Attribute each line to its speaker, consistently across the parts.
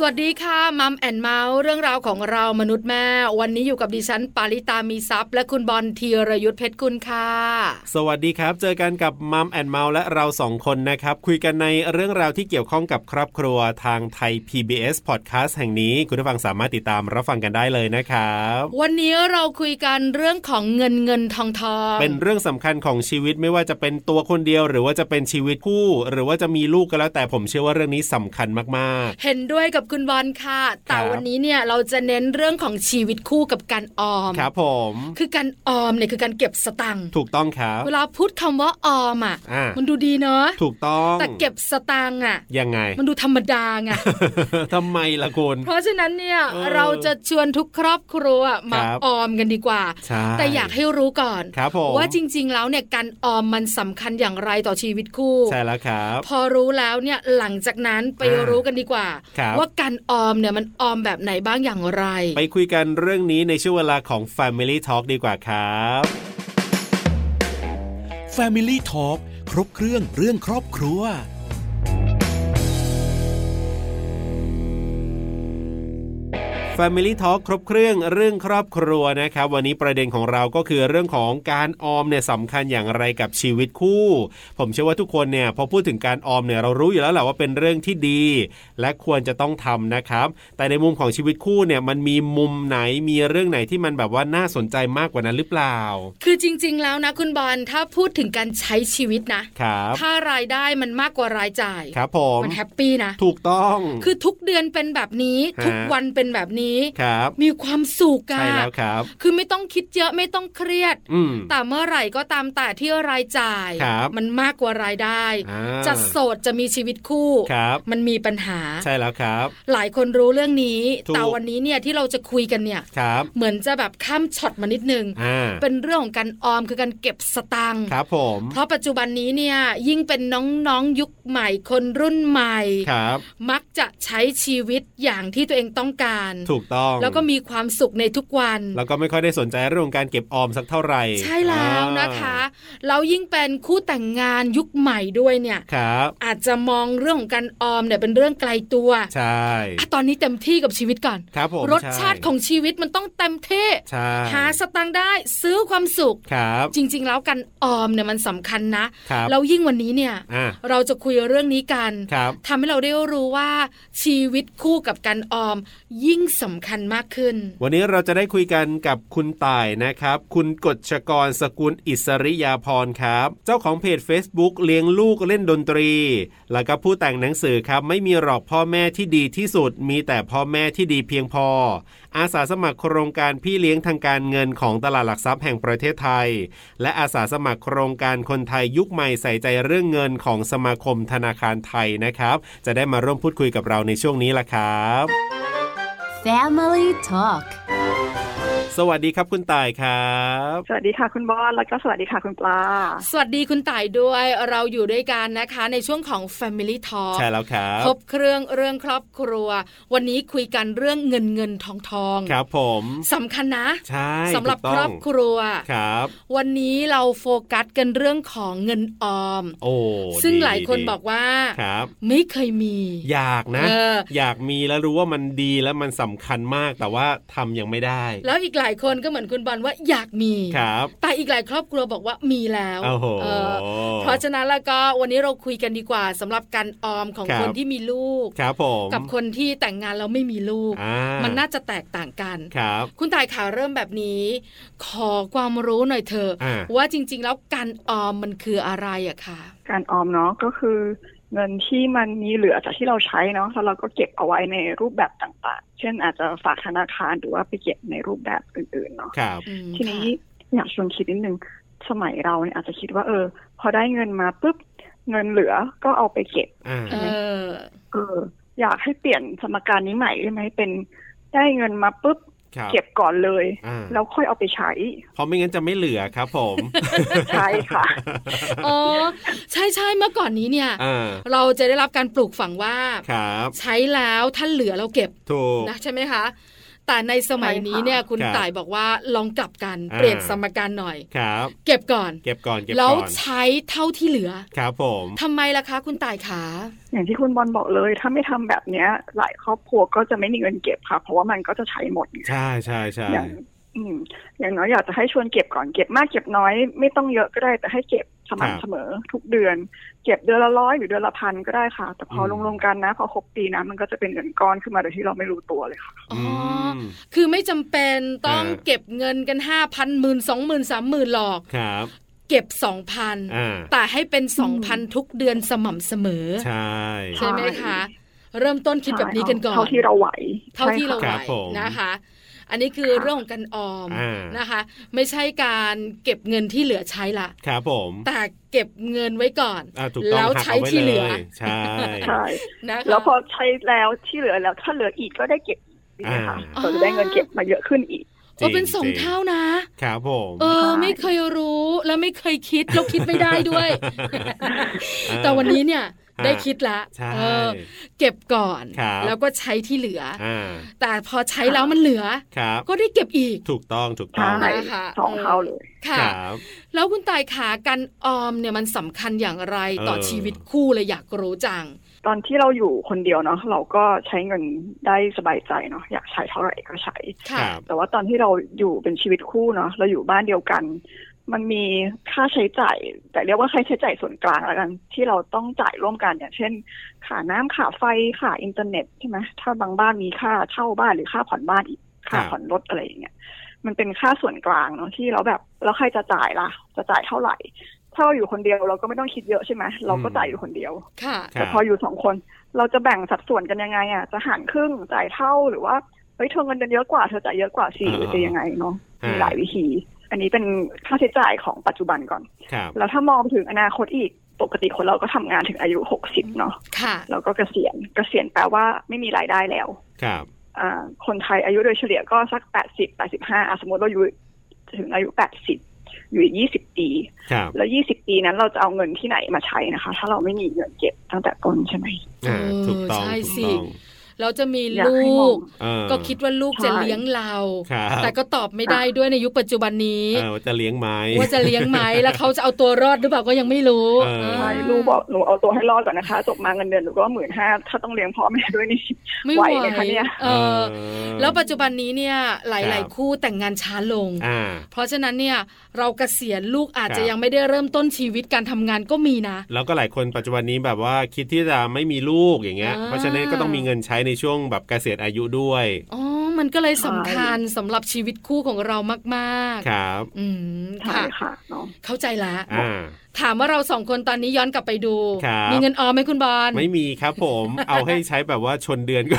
Speaker 1: สวัสดีค่ะมัมแอนเมาส์เรื่องราวของเรามนุษย์แม่ วันนี้อยู่กับดิฉันปาริตามีซัพ์และคุณบอลธีรยุทธเพชรกุลค่ะ
Speaker 2: สวัสดีครับ เจอกันกับมัมแอนเมาและเราสองคนนะครับ คุยกันในเรื่องราวที่เกี่ยวข้องกับครอบครัวทางไทย PBS Podcast แห่งนี้ คุณผู้ฟังสามารถติดตามรับฟังกันได้เลยนะครับ
Speaker 1: วันนี้เราคุยกันเรื่องของเงินเงินทองทอง
Speaker 2: เป็นเรื่องสำคัญของชีวิตไม่ว่าจะเป็นตัวคนเดียว หรือว่าจะเป็นชีวิตคู่ หรือว่าจะมีลูกก็แล้วแต่ผมเชื่อว่าเรื่องนี้สำคัญมาก
Speaker 1: เห็นด้วยกับคุณบอลค่ะ แต่
Speaker 2: ครับ
Speaker 1: วันนี้เนี่ยเราจะเน้นเรื่องของชีวิตคู่กับการออม
Speaker 2: ๆ ครับผม
Speaker 1: คือการออมเนี่ยคือการเก็บสตังค์
Speaker 2: ถูกต้องครับ
Speaker 1: เวลาพูดคำว่าออมอ่ะ
Speaker 2: อ่ามั
Speaker 1: มันดูดีเนอะ
Speaker 2: ถูกต้อง
Speaker 1: แต่เก็บสตังค์อ่ะ
Speaker 2: ยังไง
Speaker 1: มัน ดูธรรมดาไง
Speaker 2: ทำไมล่ะคุณ
Speaker 1: เพราะฉะนั้นเนี่ย
Speaker 2: เออ
Speaker 1: เราจะชวนทุกครอบครัวมา
Speaker 2: ครับ
Speaker 1: ออมกันดีกว่า
Speaker 2: ใช่
Speaker 1: แต่อยากให้รู้ก่อน
Speaker 2: ครับผม
Speaker 1: ว่าจริงๆแล้วเนี่ยการออมมันสำคัญอย่างไรต่อชีวิตคู่
Speaker 2: ใช่แล้วครับ
Speaker 1: พอรู้แล้วเนี่ยหลังจากนั้นไป
Speaker 2: อ่า
Speaker 1: รู้กันดีกว่า
Speaker 2: ครับ
Speaker 1: ว่าการออมเนี่ยมันออมแบบไหนบ้างอย่างไร
Speaker 2: ไปคุยกันเรื่องนี้ในช่วงเวลาของ Family Talk ดีกว่าครับ
Speaker 3: Family Talk ครบเครื่องเรื่องครอบครัว
Speaker 2: Family Talk ครบเครื่องเรื่องครอบครัวนะครับ วันนี้ประเด็นของเราก็คือเรื่องของการออมเนี่ยสำคัญอย่างไรกับชีวิตคู่ ผมเชื่อว่าทุกคนเนี่ยพอพูดถึงการออมเนี่ยเรารู้อยู่แล้วแหละว่าเป็นเรื่องที่ดี และควรจะต้องทำนะครับ แต่ในมุมของชีวิตคู่เนี่ยมันมีมุมไหนมีเรื่องไหนที่มันแบบว่าน่าสนใจมากกว่านั้นหรือเปล่า
Speaker 1: คือจริง ๆ แล้วนะคุณบอลถ้าพูดถึงการใช้ชีวิตนะ
Speaker 2: ครับ
Speaker 1: ถ้ารายได้มันมากกว่ารายจ่าย
Speaker 2: ครับผม
Speaker 1: มันแฮปปี้นะ
Speaker 2: ถูกต้อง
Speaker 1: คือทุกเดือนเป็นแบบนี้
Speaker 2: ฮะ
Speaker 1: ทุกวันเป็นแบบนี้
Speaker 2: ครับ
Speaker 1: มีความสุขอะ
Speaker 2: ใช่แล้วครับ
Speaker 1: คือไม่ต้องคิดเยอะไม่ต้องเครียด
Speaker 2: อืม
Speaker 1: แต่เมื่อไหร่ก็ตามแต่ที่รายจ่าย
Speaker 2: ครับ
Speaker 1: มันมากกว่ารายได้
Speaker 2: อ่า
Speaker 1: จะโสดจะมีชีวิตคู่
Speaker 2: ครับ
Speaker 1: มันมีปัญหา
Speaker 2: ใช่แล้วครับ
Speaker 1: หลายคนรู้เรื่องนี้
Speaker 2: ถูก
Speaker 1: แต่วันนี้เนี่ยที่เราจะคุยกันเนี่ย
Speaker 2: ครับ
Speaker 1: เหมือนจะแบบข้ามช็อตมานิดนึง
Speaker 2: อ่า
Speaker 1: เป็นเรื่องของการออมคือการเก็บสตัง ค์
Speaker 2: ครับผม
Speaker 1: เพราะปัจจุบันนี้เนี่ยยิ่งเป็นน้องๆยุคใหม่คนรุ่นใหม่
Speaker 2: ครับ
Speaker 1: มักจะใช้ชีวิตอย่างที่ตัวเองต้องการ
Speaker 2: ถูกต้อง
Speaker 1: แล้วก็มีความสุขในทุกวัน
Speaker 2: แล้วก็ไม่ค่อยได้สนใจเรื่องของการเก็บออมสักเท่าไหร่
Speaker 1: ใช่แล้วนะคะ แล้วยิ่งเป็นคู่แต่งงานยุคใหม่ด้วยเนี่ย
Speaker 2: ครับ
Speaker 1: อาจจะมองเรื่องของการออมเนี่ยเป็นเรื่องไกลตัว
Speaker 2: ใช่
Speaker 1: อ่ะตอนนี้เต็มที่กับชีวิตก่อน
Speaker 2: ครับผม
Speaker 1: รสชาติของชีวิตมันต้องเต็มที่
Speaker 2: ใช่
Speaker 1: หาสตังค์ได้ซื้อความสุข
Speaker 2: ครับ
Speaker 1: จริง ๆ แล้วการออมเนี่ยมันสำคัญนะครับ แล้วยิ่งวันนี้เนี่ย
Speaker 2: อ่ะ
Speaker 1: เราจะคุยเรื่องนี้กัน
Speaker 2: ครับ
Speaker 1: ทำให้เราได้รู้ว่าชีวิตคู่กับการออมยิ่งสำคัญมากขึ้น
Speaker 2: วันนี้เราจะได้คุยกันกับคุณต่ายนะครับ คุณกฎชกรสกุลอิสริยาพรครับ เจ้าของเพจ Facebook เลี้ยงลูกเล่นดนตรี แล้วก็ผู้แต่งหนังสือครับ ไม่มีหรอกพ่อแม่ที่ดีที่สุด มีแต่พ่อแม่ที่ดีเพียงพอ อาสาสมัครโครงการพี่เลี้ยงทางการเงินของตลาดหลักทรัพย์แห่งประเทศไทย และอาสาสมัครโครงการคนไทยยุคใหม่ใส่ใจเรื่องเงินของสมาคมธนาคารไทยนะครับ จะได้มาร่วมพูดคุยกับเราในช่วงนี้ละครับ
Speaker 4: Family Talk
Speaker 2: สวัสดีครับคุณต่ายครับ
Speaker 5: สวัสดีค่ะคุณบอลแล้วก็สวัสดีค่ะคุณปลา
Speaker 1: สวัสดีคุณต่ายด้วยเราอยู่ด้วยกันนะคะ ในช่วงของ Family Talk
Speaker 2: ใช่แล้วครับ
Speaker 1: ครบเครื่องเรื่องครอบครัว วันนี้คุยกันเรื่องเงินเงินทองทอง
Speaker 2: ครับผม
Speaker 1: สำคัญนะ
Speaker 2: ใช่
Speaker 1: สำหรับ
Speaker 2: ถูก
Speaker 1: คร
Speaker 2: ต้ง
Speaker 1: อบครัว
Speaker 2: ครับ
Speaker 1: วันนี้เราโฟกัสกันเรื่องของเงินออม
Speaker 2: โอ้
Speaker 1: ซึ่ง
Speaker 2: ดี
Speaker 1: หลายคน
Speaker 2: ดี
Speaker 1: บอกว่า
Speaker 2: ครับ
Speaker 1: ไม่เคยมี
Speaker 2: อยากนะ
Speaker 1: เออ
Speaker 2: อ
Speaker 1: อ
Speaker 2: ยากมีแล้วรู้ว่ามันดีแล้วมันสำคัญมากแต่ว่าทำยังไม่ได้
Speaker 1: แล้วอีกหลายคนก็เหมือนคุณบอลว่าอยากมี
Speaker 2: ครับ
Speaker 1: แต่อีกหลายครอบครัวบอกว่ามีแล้ว
Speaker 2: โอ้โห
Speaker 1: เออเพราะฉะนั้นแล้วก็วันนี้เราคุยกันดีกว่าสำหรับการออมของ
Speaker 2: ครั
Speaker 1: ค
Speaker 2: บ
Speaker 1: นที่มีลูก
Speaker 2: ครับผม
Speaker 1: กับคนที่แต่งงานแล้วไม่มีลูก
Speaker 2: อ่า
Speaker 1: มันน่าจะแตกต่างกัน
Speaker 2: ครับ
Speaker 1: คุณตายขาเริ่มแบบนี้ ขอความรู้หน่อยเถอะ
Speaker 2: อ่า
Speaker 1: ว่าจริง ๆ แล้วการออมมันคืออะไรอะค่ะ
Speaker 5: การออมเนาะก็คือ เงินที่มันมีเหลือจากที่เราใช้เนาะแล้วเราก็เก็บเอาไว้ในรูปแบบต่างๆ เช่นอาจจะฝากธนาคารหรือว่าไปเก็บในรูปแบบอื่นๆเนาะ
Speaker 2: ครับ
Speaker 1: อืม
Speaker 5: ทีนี้
Speaker 1: ค่ะ
Speaker 5: อยากชวนคิดนิดนึงสมัยเราเนี่ยอาจจะคิดว่าเออ พอได้เงินมาปุ๊บเงินเหลือก็เอาไปเก็บ
Speaker 2: อ่า
Speaker 1: เออ
Speaker 5: เออ อยากให้เปลี่ยนสมการนี้ใหม่ได้ไหมเป็นได้เงินมาปุ๊บ
Speaker 2: ครับ
Speaker 5: เก็บก่อนเลย
Speaker 2: อ่า
Speaker 5: แล้วค่อยเอาไปใช้
Speaker 2: เพราะไม่งั้นจะไม่เหลือครับผม
Speaker 5: ใช่ค่ะ
Speaker 1: อ๋อ ใช่ใช่เมื่อก่อนนี้เนี่ย
Speaker 2: อ่า
Speaker 1: เราจะได้รับการปลูกฝังว่า
Speaker 2: ครับ
Speaker 1: ใช้แล้วท่านเหลือเราเก็บ
Speaker 2: ถูก
Speaker 1: นะใช่ไหมคะ แต่ในสมัยนี้เนี่ยคุณ
Speaker 2: ครับ
Speaker 1: ต่ายบอกว่าลองกลับกัน
Speaker 2: อ่า
Speaker 1: เปลี่ยนสมการหน่อย
Speaker 2: ครับ
Speaker 1: เก็บก่อน
Speaker 2: เก็บก่อนเก็บ
Speaker 1: แล้ว
Speaker 2: ก่อน
Speaker 1: ใช้เท่าที่เหลือ
Speaker 2: ครับผม
Speaker 1: ทำไมล่ะคะ คุณต่ายขา
Speaker 5: อย่างที่คุณบอลบอกเลย ถ้าไม่ทำแบบเนี้ย หลายครอบครัวก็จะไม่มีเงินเก็บค่ะ เพราะว่ามันก็จะใช้หมดไง
Speaker 2: ใช่ใช่ใช่
Speaker 5: อย่างอืมอย่างน้อยอยากจะให้ชวนเก็บก่อนเก็บมากเก็บน้อย ไม่ต้องเยอะก็ได้แต่ให้เก็บสม่ำเสมอทุกเดือน เก็บเดือนละร้อยหรือเดือนละพันก็ได้ค่ะ แต่พอรวมๆกันนะ พอครบปีนะมันก็จะเป็นเงินก้อนขึ้นมาโดยที่เราไม่รู้ตัวเลยค่ะ
Speaker 1: อ๋อ
Speaker 2: อื
Speaker 1: อ
Speaker 2: ม
Speaker 1: คือไม่จำเป็นต้อง
Speaker 2: อ่า
Speaker 1: เก็บเงินกันห้าพันหมื่นสองหมื่นสามหมื่นหรอก
Speaker 2: ครับ
Speaker 1: เก็บสองพัน
Speaker 2: อ่า
Speaker 1: แต่ให้เป็นสองพัน
Speaker 5: ม
Speaker 1: ทุกเดือนสม่ำเสมอ
Speaker 2: ใช่
Speaker 1: ใช่ไหมคะ เริ่มต้นคิดแบบนี้กันก่อน
Speaker 5: เท่าที่เราไหว
Speaker 1: เท่าที่เรา
Speaker 5: ใช่
Speaker 1: ไห
Speaker 5: ค่ะ
Speaker 1: วนะคะ อันนี้คือเรื่องของการออม
Speaker 2: อ่า
Speaker 1: นะคะ ไม่ใช่การเก็บเงินที่เหลือใช้ละ
Speaker 2: ครับผม
Speaker 1: แต่เก็บเงินไว้ก่อน
Speaker 2: อ่าถูกต้อง
Speaker 1: แล้ว
Speaker 2: หัก
Speaker 1: ใช้
Speaker 2: เอาไว้
Speaker 1: ที่เห
Speaker 2: เล
Speaker 1: ลือย
Speaker 2: ใช่
Speaker 5: ใช่
Speaker 1: นะคะ
Speaker 5: แล้วพอใช้แล้วที่เหลือแล้ว ถ้าเหลืออีกก็ได้เก็บอีกนะคะ
Speaker 2: อ่า
Speaker 5: เราจะได้เงินเก็บมาเยอะขึ้นอีก
Speaker 1: โอ้เป็น
Speaker 2: จริง
Speaker 1: สอง
Speaker 2: จริง
Speaker 1: เท่านะ
Speaker 2: ครับผม
Speaker 1: เออ
Speaker 5: ใช่
Speaker 1: ไม่เคยรู้แล้วไม่เคยคิดแล้วคิดไม่ได้ด้วย แต่วันนี้เนี่ย
Speaker 2: อ่า
Speaker 1: ได้คิดละ
Speaker 2: ใช่
Speaker 1: เออเก็บก่อน
Speaker 2: ครับ
Speaker 1: แล้วก็ใช้ที่เหลืออ
Speaker 2: อ่า
Speaker 1: แต่พอใช้แล้วมันเหลือ
Speaker 2: ครับ
Speaker 1: ก็ได้เก็บอีก
Speaker 2: ถูกต้องถูกต้อง
Speaker 5: ใช่
Speaker 1: นะคะ
Speaker 5: สองเท่าเลย
Speaker 1: ค่ะ
Speaker 2: ครับ
Speaker 1: แล้วคุณตายขาการออมเนี่ยมันสำคัญอย่างไรต่อ
Speaker 2: เออ
Speaker 1: ชีวิตคู่เลยอยากรู้จัง
Speaker 5: ตอนที่เราอยู่คนเดียวเนาะเราก็ใช้เงินได้สบายใจเนาะอยากใช้เท่าไหร่ก็ใช้
Speaker 1: ค่ะ
Speaker 2: ครับ
Speaker 5: แต่ว่าตอนที่เราอยู่เป็นชีวิตคู่เนาะเราอยู่บ้านเดียวกัน มันมีค่าใช้จ่าย แต่เรียกว่าค่าใช้จ่ายส่วนกลางแล้วกัน ที่เราต้องจ่ายร่วมกันอย่างเช่นค่าน้ำค่าไฟค่าอินเทอร์เน็ตใช่ไหมถ้าบางบ้านมีค่าเช่าบ้านหรือค่าผ่อนบ้านอีก
Speaker 2: ค
Speaker 5: ค่า
Speaker 2: รับ
Speaker 5: ผ่อนรถอะไรอย่างเงี้ยมันเป็นค่าส่วนกลางเนาะที่เราแบบแล้วใครจะจ่ายล่ะ จะจ่ายเท่าไหร่ ถ้าเราอยู่คนเดียวเราก็ไม่ต้องคิดเยอะใช่ไหมเราก็จ่ายอยู่คนเดียว
Speaker 1: ค่ะ
Speaker 2: ค
Speaker 5: แต่
Speaker 2: รับ
Speaker 5: พออยู่สองคน เราจะแบ่งสัดส่วนกันยังไงอ่ะจะหารครึ่งจ่ายเท่าหรือว่าเฮ้ยเธอเงินเดือนเยอะกว่าเธอจ่ายเยอะกว่าสิ
Speaker 2: อ่า
Speaker 5: หรือจะยังไงเนาะ
Speaker 2: อ่ามี
Speaker 5: มีหลายวิธี อันนี้เป็นค่าใช้จ่ายของปัจจุบันก่อน
Speaker 2: ครับ
Speaker 5: แล้วถ้ามองถึงอนาคตอีกปกติคนเราก็ทำงานถึงอายุหกสิบเนาะ
Speaker 1: ค่ะ
Speaker 5: แล้วก็เกษียณเกษียณแปลว่าไม่มีรายได้แล้ว
Speaker 2: ครับ
Speaker 5: อ่าคนไทยอายุโดยเฉลี่ยก็สักแปดสิบแปดสิบห้าสมมติเราอยู่ถึงอายุแปดสิบอยู่ยี่สิบปี
Speaker 2: ครับ
Speaker 5: แล้วยี่สิบปีนั้นเราจะเอาเงินที่ไหนมาใช้นะคะ ถ้าเราไม่มีเงินเก็บตั้งแต่ต้นใช่ไหม
Speaker 2: อ่า ถูกต้อง
Speaker 1: เออใช่
Speaker 2: ถูก
Speaker 1: สิ
Speaker 2: ต้อง
Speaker 1: เราจะมี
Speaker 5: อยาก
Speaker 1: ลู
Speaker 5: ให้มอก ง
Speaker 2: เออ
Speaker 1: ก็คิดว่าลูก
Speaker 5: ใช่
Speaker 1: จะเลี้ยงเรา
Speaker 2: ครับ
Speaker 1: แต่ก็ตอบไม่ได้ด้วยในยุคปัจจุบันนี้
Speaker 2: เออว่าจะเลี้ยงไหม
Speaker 1: ว่าจะเลี้ยงไหมแล้วเขาจะเอาตัวรอดหรือเปล่าก็ยังไม่รู้
Speaker 2: เออ
Speaker 5: ใช่ลูกบอกหนูเอาตัวให้รอดก่อนนะคะจบมาเงินเดือนหนูก็หมื่นห้าถ้าต้องเลี้ยงพ่อแม่ด้วยนี่
Speaker 1: ไม่ไหว
Speaker 5: ไหวไหมคะเนี่ย
Speaker 1: เออ แล้วปัจจุบันนี้เนี่ยหลาย ๆ คู่แต่งงานช้าลง
Speaker 2: อ่า
Speaker 1: เพราะฉะนั้นเนี่ยเราเกษียณลูกอาจจะ
Speaker 2: ครับ
Speaker 1: ยังไม่ได้เริ่มต้นชีวิตการทำงานก็มีนะ
Speaker 2: แล้วก็หลายคนปัจจุบันนี้แบบว่าคิดที่จะไม่มีลูกอย่างเงี้ย
Speaker 1: อ่า
Speaker 2: เพราะฉะนั้นก็ต้องมีเงินใช้ในช่วงแบบเกษียณอายุด้วย
Speaker 1: อ๋อ มันก็เลยสำคัญสำหรับชีวิตคู่ของเรามากๆ
Speaker 2: ครับ
Speaker 1: อืม
Speaker 5: ใช่
Speaker 1: ค่ะ
Speaker 5: ค่ะเนาะ
Speaker 1: เข้าใจละ
Speaker 2: อ่า
Speaker 1: ถามว่าเราสองคนตอนนี้ย้อนกลับไปดู
Speaker 2: ครับ
Speaker 1: มีเงินออมไหมคุณบอล
Speaker 2: ไม่มีครับผม เอาให้ใช้แบบว่าชนเดือนก็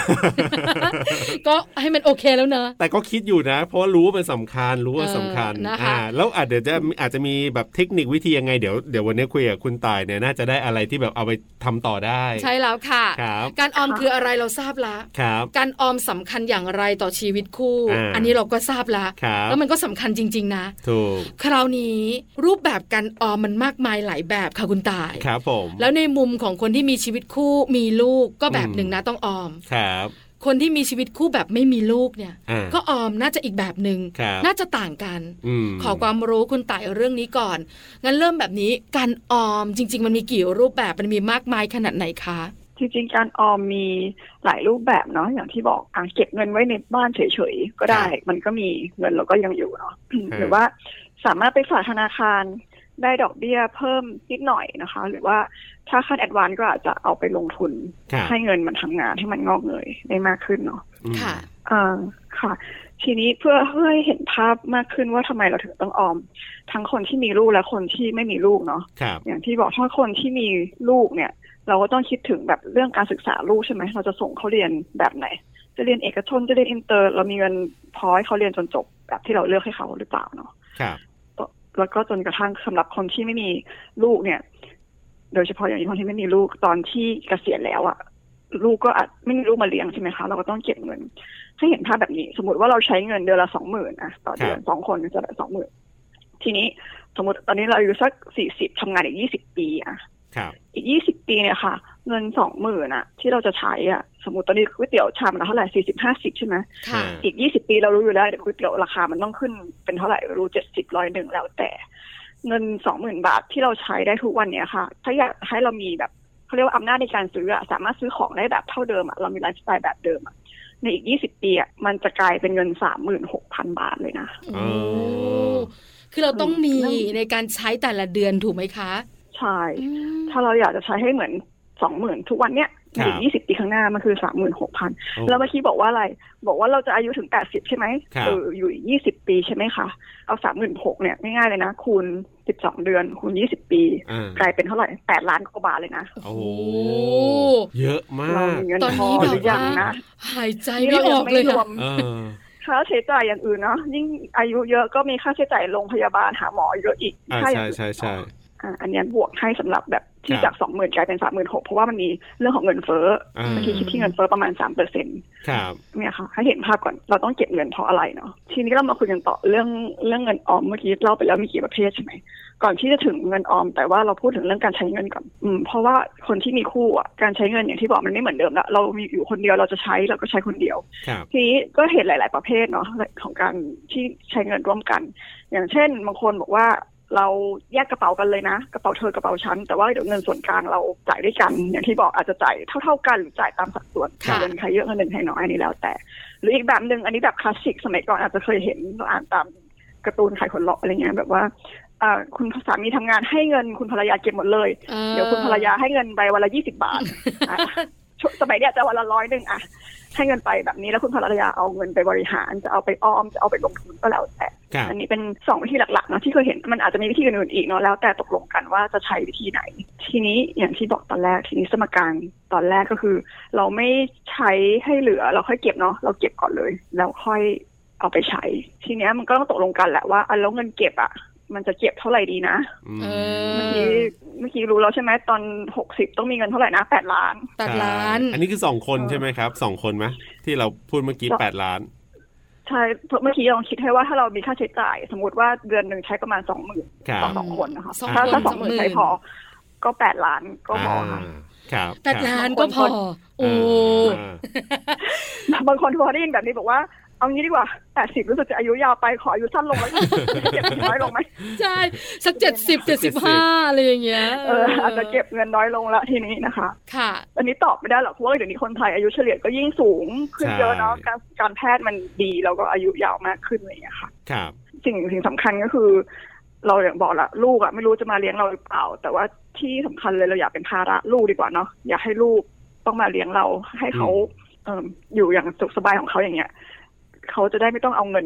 Speaker 1: ก็ให้มันโอเคแล้วเนอะ
Speaker 2: แต่ก็คิดอยู่นะ เพราะว่ารู้ว่ามันสำคัญรู้ว่า
Speaker 1: เออ
Speaker 2: สำคัญ
Speaker 1: นะคะ
Speaker 2: อ่าแล้วอาจเดี๋ยวจะอาจจะมีแบบเทคนิควิธียังไงเดี๋ยวเดี๋ยววันนี้คุยกับคุณตายเนี่ยน่าจะได้อะไรที่แบบเอาไปทำต่อได้
Speaker 1: ใช่แล้วค่ะ
Speaker 2: ครับ
Speaker 1: การออมคืออะไรเราทราบละ
Speaker 2: ครับ
Speaker 1: การออมสำคัญอย่างไรต่อชีวิตคู่
Speaker 2: อ่า
Speaker 1: อันนี้เราก็ทราบละ
Speaker 2: ครับ
Speaker 1: แล้วมันก็สำคัญจริง ๆ นะ
Speaker 2: ถูก
Speaker 1: คราวนี้รูปแบบการออมมันมากมายหลายแบบค่ะคุณตาย
Speaker 2: ครับผม
Speaker 1: แล้วในมุมของคนที่มีชีวิตคู่มีลูกก็แบบ
Speaker 2: อืม
Speaker 1: หนึ่งนะต้องออม
Speaker 2: ครับ
Speaker 1: คนที่มีชีวิตคู่แบบไม่มีลูกเนี่ย
Speaker 2: อ่า
Speaker 1: ก็ออมน่าจะอีกแบบหนึง่ง
Speaker 2: ครับ
Speaker 1: น่าจะต่างกัน
Speaker 2: ม
Speaker 1: ขอความรู้คุณต่ายเรื่องนี้ก่อน งั้นเริ่มแบบนี้การออมจริง ๆ มันมีกี่รูปแบบมันมีมากมายขนาดไหนคะ
Speaker 5: จริงๆการออมมีหลายรูปแบบเนาะอย่างที่บอกอ่ะเก็บเงินไว้ในบ้านเฉยๆก็ได้ มันก็มีเงินเราก็ยังอยู่เนาะหรือว่าสามารถไปฝากธนาคารได้ดอกเบี้ยเพิ่มนิดหน่อยนะคะ หรือว่าถ้าขั้นแอดวานซ์ก็อาจจะเอาไปลงทุน
Speaker 2: ครับ
Speaker 5: ให้เงินมันทำงานให้มันงอกเงยได้มากขึ้นเนาะ
Speaker 2: อืม
Speaker 1: ค่ะ
Speaker 5: อ่าค่ะ ทีนี้เพื่อให้เห็นภาพมากขึ้นว่าทำไมเราถึงต้องออม ทั้งคนที่มีลูกและคนที่ไม่มีลูกเนาะ
Speaker 2: ครับ
Speaker 5: อย่างที่บอกถ้าคนที่มีลูกเนี่ย เราก็ต้องคิดถึงแบบเรื่องการศึกษาลูกใช่ไหมเราจะส่งเขาเรียนแบบไหน จะเรียนเอกชนจะเรียนอินเตอร์ เรามีเงินพอให้เขาเรียนจนจบแบบที่เราเลือกให้เขาหรือเปล่าเนาะ
Speaker 2: ครับ
Speaker 5: แล้วก็จนกระทั่งสำหรับคนที่ไม่มีลูกเนี่ย โดยเฉพาะอย่างนี้คนที่ไม่มีลูกตอนที่เกษียณแล้วอะลูกก็อาจไม่มีลูกมาเลี้ยงใช่ไหมคะเราก็ต้องเก็บเงิน ให้เห็นภาพแบบนี้ สมมติว่าเราใช้เงินเดือนละสองหมื่นอะต่อเดือนสองคนก็จะได้สองหมื่นทีนี้สมมติตอนนี้เราอายุสักสี่สิบทำงานอีกยี่สิบปีอะ
Speaker 2: ครับ
Speaker 5: อีกยี่สิบปีเนี่ยค่ะ เงินสองหมื่นอะที่เราจะใช้อะสมมติตอนนี้ก๋วยเตี๋ยวชามละเท่าไหร่สี่สิบห้าสิบใช่ไหม
Speaker 1: ค่ะ
Speaker 2: อ่า
Speaker 5: อีกยี่สิบปีเรารู้อยู่แล้วเดี๋ยวก๋วยเตี๋ยวราคามันต้องขึ้นเป็นเท่าไหร่รู้เจ็ดสิบร้อยหนึ่งแล้วแต่ เงินสองหมื่นบาทที่เราใช้ได้ทุกวันเนี้ยค่ะ ถ้าอยากให้เรามีแบบเขาเรียกว่าอำนาจในการซื้ออะสามารถซื้อของได้แบบเท่าเดิมอะเรามีไลฟ์สไตล์แบบเดิมอะในอีกยี่สิบปีอะมันจะกลายเป็นเงินสามหมื่นหกพันบาทเลยนะ
Speaker 1: โอ้คือเราต้องมีในการใช้แต่ละเดือนถูกไหมคะ
Speaker 5: ใช่ ถ้าเราอยากจะใช้ให้เหมือนสองหมื่นทุกวันเนี้ย
Speaker 2: ครับ
Speaker 5: อีกยี่สิบปีข้างหน้ามันคือสามหมื่นหกพัน
Speaker 2: โอ้
Speaker 5: แล้วเมื่อกี้บอกว่าอะไร บอกว่าเราจะอายุถึงแปดสิบใช่ไหม
Speaker 2: ครับ
Speaker 5: เอออยู่อีกยี่สิบปีใช่ไหมคะเอาสามหมื่นหกเนี่ยง่ายๆเลยนะคูณสิบสองเดือนคูณยี่สิบปี
Speaker 2: อ่าก
Speaker 5: ลายเป็นเท่าไหร่แปดล้านกว่าบาทเลยนะ
Speaker 2: โอ้โห
Speaker 1: โอ้
Speaker 2: เยอะม
Speaker 5: เรา
Speaker 2: าก
Speaker 5: มีเงิน
Speaker 1: ตอน
Speaker 5: พอ
Speaker 1: นี้
Speaker 5: ห
Speaker 1: แบ
Speaker 5: รื
Speaker 1: บ
Speaker 5: อยั
Speaker 1: ว่าง
Speaker 5: นะ
Speaker 1: หายใจ
Speaker 5: นี่
Speaker 1: ไม่อ
Speaker 5: เรายั
Speaker 1: อง ก
Speaker 5: ไม่
Speaker 1: เลย
Speaker 5: ร
Speaker 1: อะ
Speaker 5: วม
Speaker 2: เออ
Speaker 5: ค่าใช้จ่ายอย่างอื่นเนาะยิ่งอายุเยอะก็มีค่าใช้จ่ายโรงพยาบาลหาหมอเยอะอีก
Speaker 2: อ่า
Speaker 5: ค่าอย่า
Speaker 2: ใช่
Speaker 5: งอื่น
Speaker 2: ใช่ใช่
Speaker 5: อ่าอันเนี้ยบวกให้สำหรับแบบ
Speaker 2: ค
Speaker 5: ที่
Speaker 2: รับ
Speaker 5: จากสองหมื่นกลายเป็นสามหมื่นหกเพราะว่ามันมีเรื่องของเงินเฟ้อ
Speaker 2: อ่า
Speaker 5: เมื่อกี้คิดที่เงินเฟ้อประมาณสามเปอร์เซ็น
Speaker 2: ครับ
Speaker 5: เนี่ยค่ะ ให้เห็นภาพก่อนเราต้องเก็บเงินเพราะอะไรเนาะทีนี้เรามาคุยกันต่อเรื่องเรื่องเงินออมเมื่อกี้เล่าไปแล้วมีกี่ประเภทใช่ไหมก่อนที่จะถึงเงินออม แต่ว่าเราพูดถึงเรื่องการใช้เงินก่อนอืมเพราะว่าคนที่มีคู่อ่ะการใช้เงินอย่างที่บอกมันไม่เหมือนเดิมละเรามีอยู่คนเดียวเราจะใช้เราก็ใช้คนเดียว
Speaker 2: ครับ
Speaker 5: ทีนี้ก็เห็นหลาย ๆ ประเภทเนาะของการที่ใช้เงินร่วมกัน อย่างเช่นบางคนบอกว่าเราแยกกระเป๋ากันเลยนะ กระเป๋าเธอกระเป๋าฉัน แต่ว่าเดี๋ยวเงินส่วนกลางเราจ่ายด้วยกัน อย่างที่บอกอาจจะจ่ายเท่า ๆ กันหรือจ่ายตามสัดส่วน
Speaker 1: ค่ะ
Speaker 5: เงินใครเยอะเงินหนึ่งใครน้อยอันนี้แล้วแต่ หรืออีกแบบหนึ่งอันนี้แบบคลาสสิกสมัยก่อนอาจจะเคยเห็นเราอ่านตามการ์ตูนขายคนเลาะอะไรเงี้ยแบบว่าอ่าคุณสามีทำงานให้เงินคุณภรรยาเก็บหมดเลย
Speaker 1: ออ
Speaker 5: เดี๋ยวคุณภรรยาให้เงินไปวันละยี่สิบาทอ่ะ ช่วงสมัยเนี้ยจะวันละร้อยหนึ่งอะให้เงินไปแบบนี้แล้วคุณภรรยาเอาเงินไปบริหารจะเอาไปออมจะเอาไปลงทุนก็แล้วแต่
Speaker 2: ครับ
Speaker 5: อันนี้เป็นสองวิธีหลักๆนะที่เคยเห็นมันอาจจะมีวิธีอื่นๆอีกเนาะแล้วแต่ตกลงกันว่าจะใช้วิธีไหน ทีนี้อย่างที่บอกตอนแรกทีนี้สมการตอนแรกก็คือ เราไม่ใช้ให้เหลือเราค่อยเก็บเนาะเราเก็บก่อนเลย แล้วค่อยเอาไปใช้ ทีเนี้ยมันก็ต้องตกลงกันแหละว่าอ่ะแล้วเงินเก็บอะมันจะเก็บเท่าไหร่ดีนะ
Speaker 2: อืม
Speaker 1: เออ
Speaker 5: เมื่อกี้เมื่อกี้รู้แล้วใช่ไหมตอนหกสิบต้องมีเงินเท่าไหร่นะแปดล้าน
Speaker 1: ตัดร้าน
Speaker 2: ใช่อันนี้คือสองคนใช่ไหมครับสองคนไหมที่เราพูดเมื่อกี้
Speaker 5: ก็
Speaker 2: แปดล้าน
Speaker 5: ใช่เพราะเมื่อกี้ลองคิดให้ว่าถ้าเรามีค่าใช้จ่าย สมมติว่าเดือนหนึ่งใช้ประมาณสองหมื่น
Speaker 2: ครั
Speaker 5: ต่อบ สองคนนะคะ
Speaker 1: สอง
Speaker 5: ถ้า
Speaker 1: คน
Speaker 5: ถ้าสองหมื่น
Speaker 1: สองหมื่น
Speaker 5: ใช้พอ ก็แปดล้านก็พอ
Speaker 2: อ่าค
Speaker 5: ค่ะ
Speaker 2: รับ
Speaker 1: ตัด
Speaker 2: ครับ
Speaker 1: ร้านก็พอ โอ้
Speaker 2: อ่า
Speaker 5: บางคนพอได้ยินแบบนี้บอกว่า เอางี้ดีกว่าแปดสิบรู้สึกจะอายุยาวไปขออายุสั้นลงแล้วกันเก็บเงินน้อยลงไหม
Speaker 1: ใช่ สักเจ็ดสิบเจ็ดสิบห้าอะไรอย่างเงี้ย
Speaker 5: เอออาจจะเก็บเงินน้อยลงแล้วทีนี้นะคะ
Speaker 1: ค่ะ
Speaker 5: อันนี้ตอบไม่ได้หรอกเพราะว่าเดี๋ยวนี้คนไทยอายุเฉลี่ยก็ยิ่งสูงขึ้นเยอะเนาะ
Speaker 2: ใช่
Speaker 5: การการแพทย์มันดีแล้วก็อายุยาวมากขึ้นอะไรอย่างเงี้ยค่ะ
Speaker 2: ครับ
Speaker 5: สิ่งสิ่งสำคัญก็คือ เราอย่างบอกละลูกอะไม่รู้จะมาเลี้ยงเราหรือเปล่า แต่ว่าที่สำคัญเลยเราอยากเป็นภาระลูกดีกว่าเนาะอยากให้ลูกต้องมาเลี้ยงเราให้เขาเอมอยู่อย่างสุขสบายของเขาอย่างเงี้ยเขาจะได้ไม่ต้องเอาเงิน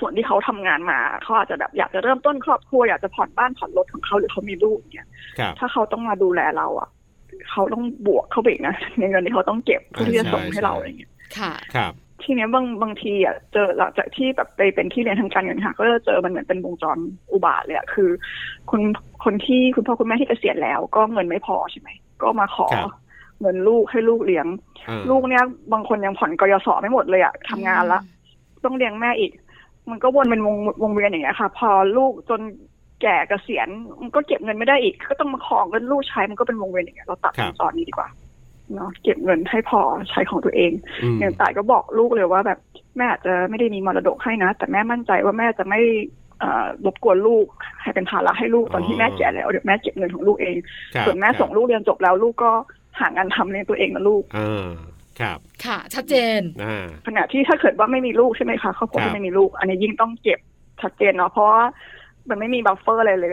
Speaker 5: ส่วนที่เขาทำงานมาเขาอาจจะแบบอยากจะเริ่มต้นครอบครัวอยากจะผ่อนบ้านผ่อนรถของเขาหรือเขามีลูกเนี่ย
Speaker 2: ครับ
Speaker 5: ถ้าเขาต้องมาดูแลเราอะเขาต้องบวกเข้าไปอีกนะในเงินที่เขาต้องเก็บเพื่อที่จะส่งให้เราอะไรอย่างเงี้ย
Speaker 1: ค่ะ
Speaker 2: ครับ
Speaker 5: ทีเนี้ยบางบางทีอ่ะเจอหลังจากที่แบบไปเป็นที่เรียนทางการเงินค่ะ ก็จะเจอมันเหมือนเป็นวงจรอุบาทเลยอ่ะคือคุณคนที่คุณพ่อคุณแม่ที่เกษียณแล้ว ก็เงินไม่พอใช่ไหมก็มาขอ
Speaker 2: ครับ
Speaker 5: เงินลูกให้ลูกเลี้ยง
Speaker 2: อ่า
Speaker 5: ลูกเนี้ยบางคนยังผ่อนกยศไม่หมดเลยอ่ะทำงานละต้องเลี้ยงแม่อีก มันก็วนเป็นวงวงเวียนอย่างเงี้ยค่ะ พอลูกจนแก่เกษียณมันก็เก็บเงินไม่ได้อีก ก็ต้องมาขอเงินลูกใช้มันก็เป็นวงเวียนอย่างเงี้ยเราตัดวงจรนี้ดีกว่าเนาะเก็บเงินให้พอใช้ของตัวเอง
Speaker 2: อืม
Speaker 5: อย่างต่ายก็บอกลูกเลยว่าแบบแม่อาจจะไม่ได้มีมรดกให้นะ แต่แม่มั่นใจว่าแม่จะไม่เอ่อรบกวนลูก ให้เป็นภาระให้ลูกตอนที่แม่แก่แล้วเดี๋ยวแม่เก็บเงินของลูกเอง
Speaker 2: ครับ
Speaker 5: ส่วนแม่
Speaker 2: ครับ
Speaker 5: ส่งลูกเรียนจบแล้วลูกก็หางานทำเลี้ยงตัวเองนะลูก
Speaker 2: อ่าครับ
Speaker 1: ค่ะ ชัดเจน
Speaker 2: อ่า
Speaker 5: ขณะที่ถ้าเกิดว่าไม่มีลูกใช่ไหมคะครอบครัว
Speaker 2: ครับ
Speaker 5: ที่ไม่มีลูก อันนี้ยิ่งต้องเก็บชัดเจนเนาะเพราะว่ามันไม่มีบัฟเฟอร์อะไรเลย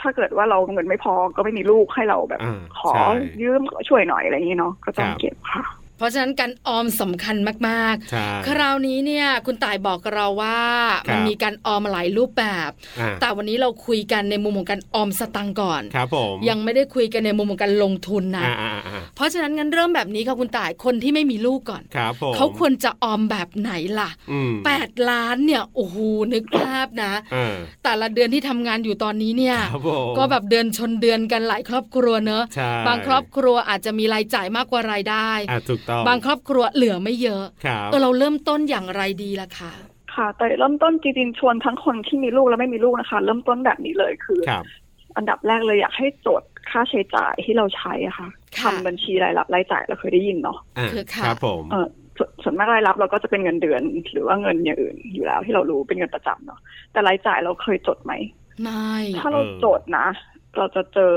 Speaker 5: ถ้าเกิดว่าเราเงินไม่พอก็ไม่มีลูกให้เราแบบ
Speaker 2: อ่า
Speaker 5: ขอ
Speaker 2: ใช่
Speaker 5: ยืมช่วยหน่อยอะไรอย่างนี้เนาะก็ต้อ
Speaker 2: ค
Speaker 5: ง
Speaker 2: รับ
Speaker 5: เก็บค่ะ
Speaker 1: เพราะฉะนั้นการออมสำคัญมาก
Speaker 2: ใช่
Speaker 1: ๆ คราวนี้เนี่ย คุณต่ายบอกกับเราว่า
Speaker 2: ครับ
Speaker 1: มันมีการออมหลายรูปแบบ
Speaker 2: อ่า
Speaker 1: แต่วันนี้เราคุยกันในมุมของการออมสตังค์ก่อน
Speaker 2: ครับผม
Speaker 1: ยังไม่ได้คุยกันในมุมของการลงทุนนะ
Speaker 2: อ่าอ่าอ่า
Speaker 1: เพราะฉะนั้นงั้นเริ่มแบบนี้ค่ะคุณต่ายคนที่ไม่มีลูกก่อน
Speaker 2: ครับผม
Speaker 1: เขาควรจะออมแบบไหนล่ะ
Speaker 2: อืม
Speaker 1: แปดล้านเนี่ยโอ้โหนึกภาพนะ
Speaker 2: อ่า
Speaker 1: แต่ละเดือนที่ทำงานอยู่ตอนนี้เนี่ย
Speaker 2: ครับผม
Speaker 1: ก็แบบเดือนชนเดือนกันหลายครอบครัวเนอะ
Speaker 2: ใช่
Speaker 1: บางครอบครัวอาจจะมีรายจ่ายมากกว่ารายได้
Speaker 2: อ่าถูกต้อง
Speaker 1: บางครอบครัวเหลือไม่เยอะ
Speaker 2: ครับ
Speaker 1: เออเราเริ่มต้นอย่างไรดีล่ะคะ
Speaker 5: ค่ะ แต่เริ่มต้นจริงๆชวนทั้งคนที่มีลูกและไม่มีลูกนะคะ เริ่มต้นแบบนี้เลยคือ
Speaker 2: ครับ
Speaker 5: อันดับแรกเลยอยากให้โจทย์ ค่าใช้จ่ายที่เราใช้อะค่ะ
Speaker 1: ค่ะ
Speaker 5: ทำบัญชีรายรับรายจ่ายเราเคยได้ยินเนาะ
Speaker 2: อ่ะ
Speaker 1: คือค่ะ
Speaker 2: ครับผม
Speaker 5: เออสส่วนมากรายรับเราก็จะเป็นเงินเดือน หรือว่าเงินอย่างอื่นอยู่แล้วที่เรารู้เป็นเงินประจำเนาะแต่รายจ่ายเราเคยจดไหม
Speaker 1: ไม่
Speaker 5: ถ้าเรา
Speaker 2: เออ
Speaker 5: จดนะ เราจะเจอ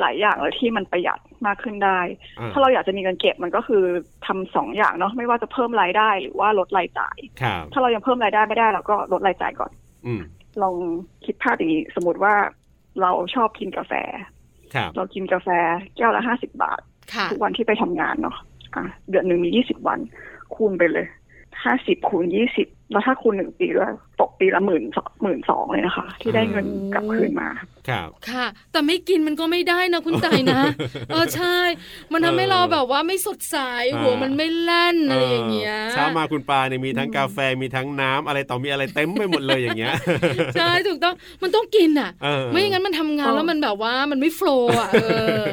Speaker 5: หลายอย่างเลยที่มันประหยัดมากขึ้นได้
Speaker 2: อ่ะ
Speaker 5: ถ้าเราอยากจะมีเงินเก็บมันก็คือทำสองอย่างเนาะไม่ว่าจะเพิ่มรายได้หรือว่าลดรายจ่าย
Speaker 2: ครับ
Speaker 5: ถ้าเรายังเพิ่มรายได้ไม่ได้เราก็ลดรายจ่ายก่อน
Speaker 2: อืม
Speaker 5: ลองคิดภาพอย่างนี้ สมมติว่าเราชอบกินกาแฟ
Speaker 2: ครับ
Speaker 5: เรากินกาแฟแก้วละห้าสิบาท
Speaker 1: ค่ะ
Speaker 5: ทุกวันที่ไปทำงานเนาะอ่ะเดือนหนึ่งมียี่สิบวัน คูณไปเลยห้าสิบคูณยี่สิบแล้วถ้าคูณหนึ่งปีด้วยตกปีละหมื่นสองหมื่นสองเลยนะคะ ที่ได้เงินกลับคืนมา
Speaker 2: ครับ
Speaker 1: ค่ะ แต่ไม่กินมันก็ไม่ได้นะ คุณไต่นะ เออใช่ มันทำให้เราแบบว่าไม่สดใส
Speaker 2: อ่า
Speaker 1: หัวมันไม่แล่นอะไรอย่างเงี้ย
Speaker 2: เช้ามาคุณปาเนี่ยมีทั้งกาแฟมีทั้งน้ำอะไรต่อมีอะไรเต็มไปหมดเลยอย่างเงี้ย
Speaker 1: ใช่ถูกต้องมันต้องกินอ่ะ
Speaker 2: เออ
Speaker 1: ไม่อย่างนั้นมันทำงาน
Speaker 5: เออ
Speaker 1: แล้วมันแบบว่ามันไม่โฟลว์อ่ะเออ